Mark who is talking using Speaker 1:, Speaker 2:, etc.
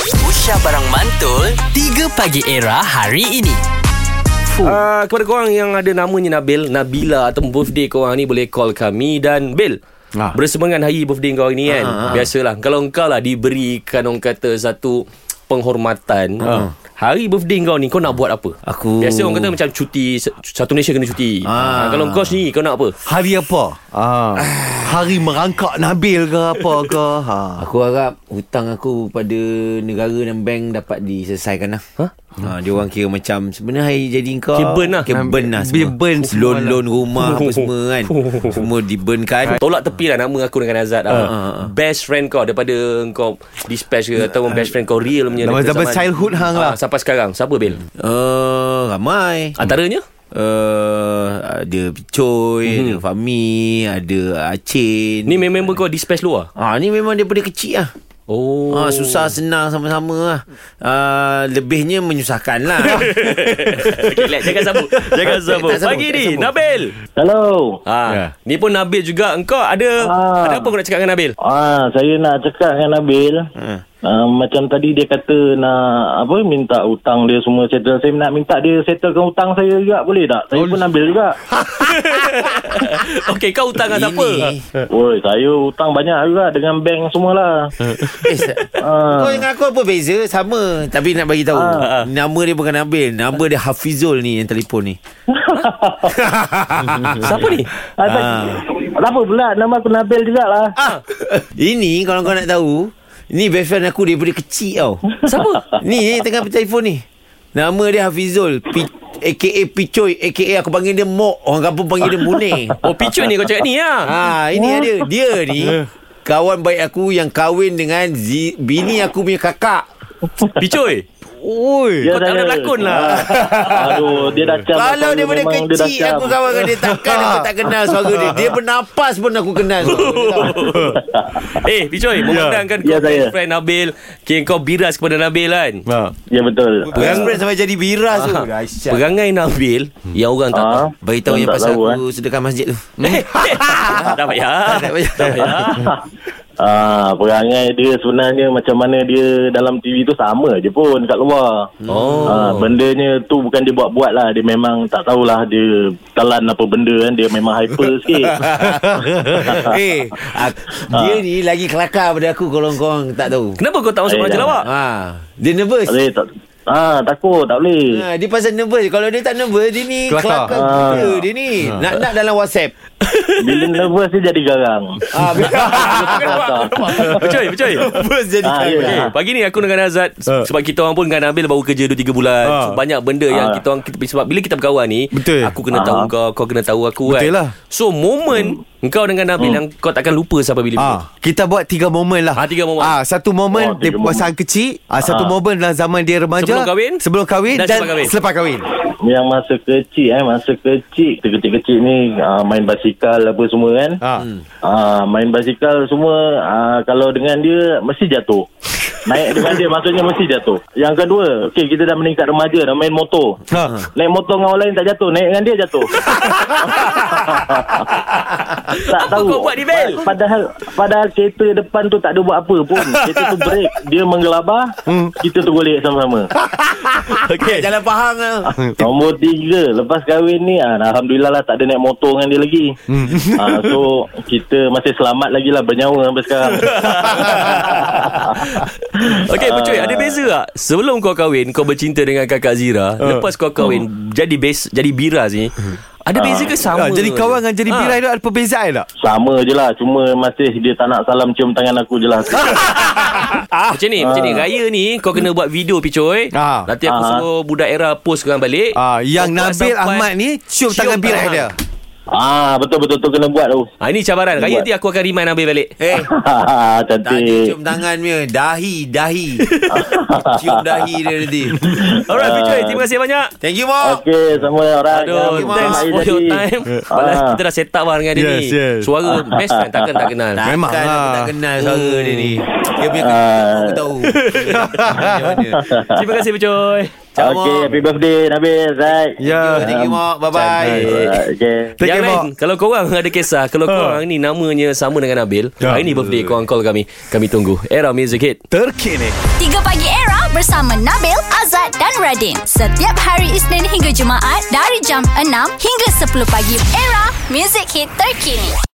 Speaker 1: Aisyah Barang Mantul 3 Pagi Era hari ini
Speaker 2: Uh, kepada korang yang ada namanya Nabil Nabila atau birthday korang ni Boleh call kami Dan Bil
Speaker 3: Ah.
Speaker 2: Bersemangat hari birthday kau ni kan Biasalah Kalau engkau lah diberikan Orang kata satu Penghormatan Hari birthday kau ni Kau nak buat apa?
Speaker 3: Ah, Aku-
Speaker 2: Biasa orang kata macam cuti se- Satu Malaysia kena cuti ah. Kalau kau sendiri Kau nak apa?
Speaker 3: Hari apa? Ah. Hari merangkak Nabil ke apa ke? Ha.
Speaker 4: Aku harap hutang aku pada negara dan bank dapat diselesaikan lah. Ha? ha dia orang kira macam sebenarnya hari jadi kau
Speaker 2: Kira burn lah.
Speaker 4: Kira burn lah semua.
Speaker 3: Biar burn semua
Speaker 4: loan
Speaker 3: lah.
Speaker 4: loan rumah apa semua kan. semua diburnkan.
Speaker 2: Tolak tepi lah nama aku dengan Azad
Speaker 3: Ah,
Speaker 2: lah. Best friend kau daripada kau dispatch ke atau best friend kau real punya.
Speaker 3: Zaman-
Speaker 2: dekat
Speaker 3: zaman childhood hang
Speaker 2: Ah,
Speaker 3: lah.
Speaker 2: sampai sekarang. Siapa Bil?
Speaker 4: Uh, ramai.
Speaker 2: Antaranya?
Speaker 4: Uh, ada Picoy, hmm. ada Fahmi, ada Acin.
Speaker 2: Mhm. Ni member kau dispatch luar?
Speaker 4: Ah ni memang daripada kecil lah.
Speaker 2: Oh.
Speaker 4: Ah, susah senang sama-sama lah. Ah, lebihnya menyusahkan lah.
Speaker 2: Okay, let, jangan sambung. Jangan
Speaker 4: Tak
Speaker 2: sambung.
Speaker 4: sambung,
Speaker 2: Pagi
Speaker 4: tak
Speaker 2: ni,
Speaker 4: sambung.
Speaker 2: Nabil.
Speaker 5: Hello.
Speaker 2: Ha,
Speaker 3: Ya.
Speaker 2: Ni pun Nabil juga. Engkau ada
Speaker 5: Ah.
Speaker 2: ada apa kau nak cakap dengan Nabil?
Speaker 5: Ah, saya nak cakap dengan Nabil.
Speaker 4: Hmm.
Speaker 5: Hmm. Uh, macam tadi dia kata nak apa minta hutang dia semua settle. Saya nak minta dia settlekan hutang saya juga boleh tak? Saya pun Nabil juga.
Speaker 2: Okey, kau hutang dengan siapa?
Speaker 4: Ini.
Speaker 5: Woi, saya hutang banyak juga dengan bank semualah.
Speaker 4: Eh, sa-
Speaker 5: Ah.
Speaker 4: Kau dengan aku apa beza? Sama. Tapi nak bagi tahu.
Speaker 5: Ah.
Speaker 4: Nama dia bukan Nabil. Nama dia Hafizul ni yang telefon ni.
Speaker 2: Siapa ni?
Speaker 5: Ah, tak, Kenapa pula nama aku Nabil juga lah.
Speaker 2: Ah,
Speaker 4: Ini kalau kau nak tahu. Ni best friend aku daripada kecil tau.
Speaker 2: siapa?
Speaker 4: Ni yang tengah telefon ni. Nama dia Hafizul. P- AKA Picoy. AKA aku panggil dia Mok. Orang kampung panggil dia Munir.
Speaker 2: Oh, Picu ni kau cakap ni lah.
Speaker 4: Ha, ini ada. Dia ni. Kawan baik aku yang kahwin dengan zi, bini aku punya kakak.
Speaker 2: Picuy.
Speaker 3: Oi.
Speaker 5: Ya,
Speaker 2: Kau tak
Speaker 5: saya.
Speaker 2: boleh berlakon lah.
Speaker 5: Ah. Aduh, dia dah cam.
Speaker 4: Kalau
Speaker 5: Aku
Speaker 4: daripada
Speaker 5: memang dia
Speaker 4: kecil
Speaker 5: dah
Speaker 4: aku
Speaker 5: cam.
Speaker 4: kawan dengan dia takkan aku tak kenal suara dia. Dia bernapas pun aku kenal suara dia.
Speaker 2: eh, Picuy, memandangkan kau
Speaker 5: Ya, saya.
Speaker 2: best friend Nabil. Kira kau biras kepada Nabil kan?
Speaker 3: Ha.
Speaker 5: Ya betul.
Speaker 4: Perang friend sampai jadi biras tu.
Speaker 2: Perangai Nabil yang orang tak tahu.
Speaker 5: Ah.
Speaker 4: Bagi tahu
Speaker 5: Orang
Speaker 4: yang
Speaker 5: tak
Speaker 4: pasal
Speaker 5: tahu,
Speaker 4: aku sedekah masjid tu.
Speaker 2: Eh, ya. tak payah.
Speaker 4: Tak
Speaker 5: ya.
Speaker 4: payah.
Speaker 2: Tak payah.
Speaker 3: Ya.
Speaker 5: Ah, perangai dia sebenarnya macam mana dia dalam TV tu sama je pun kat luar.
Speaker 2: Oh.
Speaker 5: Ah, bendanya tu bukan dia buat-buat lah. Dia memang tak tahulah dia telan apa benda kan. Dia memang hyper sikit.
Speaker 4: eh, ak- dia ni lagi kelakar pada aku kalau korang tak tahu.
Speaker 2: Kenapa kau tak masuk
Speaker 5: Eh,
Speaker 2: Raja
Speaker 5: dah.
Speaker 2: Lawak?
Speaker 4: Ha, dia nervous.
Speaker 5: tak boleh tak Ah, takut tak boleh.
Speaker 4: Ha, dia pasal nervous. Kalau dia tak nervous, dia ni
Speaker 3: Kelakar.
Speaker 4: kelakar. gila dia ni. Nak-nak dalam WhatsApp.
Speaker 5: Bila nervous dia jadi garang.
Speaker 4: Ha,
Speaker 2: Becoy, becoy.
Speaker 4: nervous jadi
Speaker 5: Ah,
Speaker 4: kelakar.
Speaker 5: yelah.
Speaker 2: Okay, Eh, pagi ni aku dengan Azad uh. sebab kita orang pun dengan Nabil baru kerja 2 3 bulan. Uh.
Speaker 3: Ah.
Speaker 2: So, banyak benda yang
Speaker 5: Ah.
Speaker 2: kita orang kita sebab bila kita berkawan ni,
Speaker 3: Betul.
Speaker 2: aku kena tahu kau, kau kena tahu aku kan.
Speaker 3: Betul lah.
Speaker 2: So momen kau dengan Nabil yang kau takkan lupa sampai bila-bila.
Speaker 3: Ah, kita buat tiga momen lah.
Speaker 2: Ah, tiga momen.
Speaker 3: Ah, satu
Speaker 5: Oh,
Speaker 3: momen dia
Speaker 5: tiga momen.
Speaker 3: masa kecil, ah, satu momen dalam zaman dia remaja.
Speaker 2: Sebelum kahwin.
Speaker 3: sebelum kahwin
Speaker 2: Dan
Speaker 3: dan,
Speaker 2: selepas kahwin.
Speaker 3: selepas kahwin.
Speaker 5: Yang masa kecil eh, masa kecil, kita kecil-kecil ni ah, main basikal apa semua kan.
Speaker 2: Ha.
Speaker 3: Ah.
Speaker 5: Ah, main basikal semua ah, kalau dengan dia mesti jatuh. Naik dengan dia maksudnya mesti jatuh. Yang kedua, okey kita dah meningkat remaja dah main motor.
Speaker 3: Ha.
Speaker 5: Naik motor dengan orang lain tak jatuh, naik dengan dia jatuh. tak
Speaker 2: Apa kau
Speaker 5: tahu.
Speaker 2: buat ni, Bel?
Speaker 5: Pa- Padahal padahal kereta depan tu tak ada buat apa pun. Kereta tu break, dia menggelabah,
Speaker 2: Hmm.
Speaker 5: kita tergolek sama-sama.
Speaker 2: Okey.
Speaker 4: Jalan Pahang lah.
Speaker 5: Nombor tiga Lepas kahwin ni ah, Alhamdulillah lah Tak ada naik motor dengan dia lagi ah, So Kita masih selamat lagi lah Bernyawa sampai sekarang
Speaker 2: Okey, Becoy, ada beza tak? Sebelum kau kahwin, kau bercinta dengan kakak Zira,
Speaker 3: Ah.
Speaker 2: lepas kau kahwin jadi bes jadi biras ni. Ada beza ke sama?
Speaker 3: Hmm. Ah, jadi kawan dengan jadi
Speaker 2: Ah.
Speaker 3: birai tu ada perbezaan tak?
Speaker 5: Sama je lah Cuma masih dia tak nak salam cium tangan aku je lah
Speaker 2: Ah. Macam ni, macam ni. Raya ni kau kena buat video picoy.
Speaker 3: Ah.
Speaker 2: Nanti aku
Speaker 5: Ah.
Speaker 2: suruh budak era post korang balik.
Speaker 3: Ah, yang
Speaker 2: Kau buat
Speaker 3: Nabil
Speaker 2: sampai-
Speaker 3: Ahmad ni
Speaker 2: cium
Speaker 3: cium, tangan birai
Speaker 2: tangan.
Speaker 3: dia.
Speaker 5: ah, Betul-betul tu kena buat tu
Speaker 2: Ah, ini cabaran. Raya
Speaker 5: Buat.
Speaker 2: nanti aku akan remind Nabil balik.
Speaker 4: Eh, tak ada
Speaker 5: Cantik
Speaker 4: cium tangan punya. Dahi, dahi. cium dahi dia nanti.
Speaker 3: Ah.
Speaker 2: Alright, picoy. Terima kasih banyak. Ya,
Speaker 4: Thank you,
Speaker 5: Ah.
Speaker 4: Mok.
Speaker 5: Okay semua orang
Speaker 2: Aduh,
Speaker 4: Terima
Speaker 2: thanks
Speaker 4: kasih,
Speaker 2: for your time. Padahal
Speaker 5: Ah.
Speaker 2: kita dah set up lah dengan dia
Speaker 3: Yes,
Speaker 2: ni.
Speaker 3: yes.
Speaker 2: Suara best friend takkan tak kenal.
Speaker 4: Takkan
Speaker 3: Memang
Speaker 4: aku
Speaker 3: lah.
Speaker 4: tak kenal suara dia ni. Dia punya
Speaker 5: Ah.
Speaker 4: kerja aku tahu. Dia macam mana.
Speaker 2: Terima kasih, picoy.
Speaker 3: Cak
Speaker 5: Okay,
Speaker 3: Mok.
Speaker 5: happy birthday Nabil, Zaid.
Speaker 3: Ya.
Speaker 4: Thank you, Mok. Bye-bye.
Speaker 5: Alright, Okay.
Speaker 3: Take
Speaker 2: Yang
Speaker 3: care, Ah.
Speaker 2: lain Kalau korang ada kisah Kalau korang ni Namanya sama dengan Nabil
Speaker 3: Ya.
Speaker 2: Hari ni birthday Korang call kami Kami tunggu Era Music Hit
Speaker 3: Terkini
Speaker 6: 3 Pagi Era bersama Nabil, Azad dan Radin. Setiap hari Isnin hingga Jumaat dari jam 6 hingga 10 pagi. Era, music hit terkini.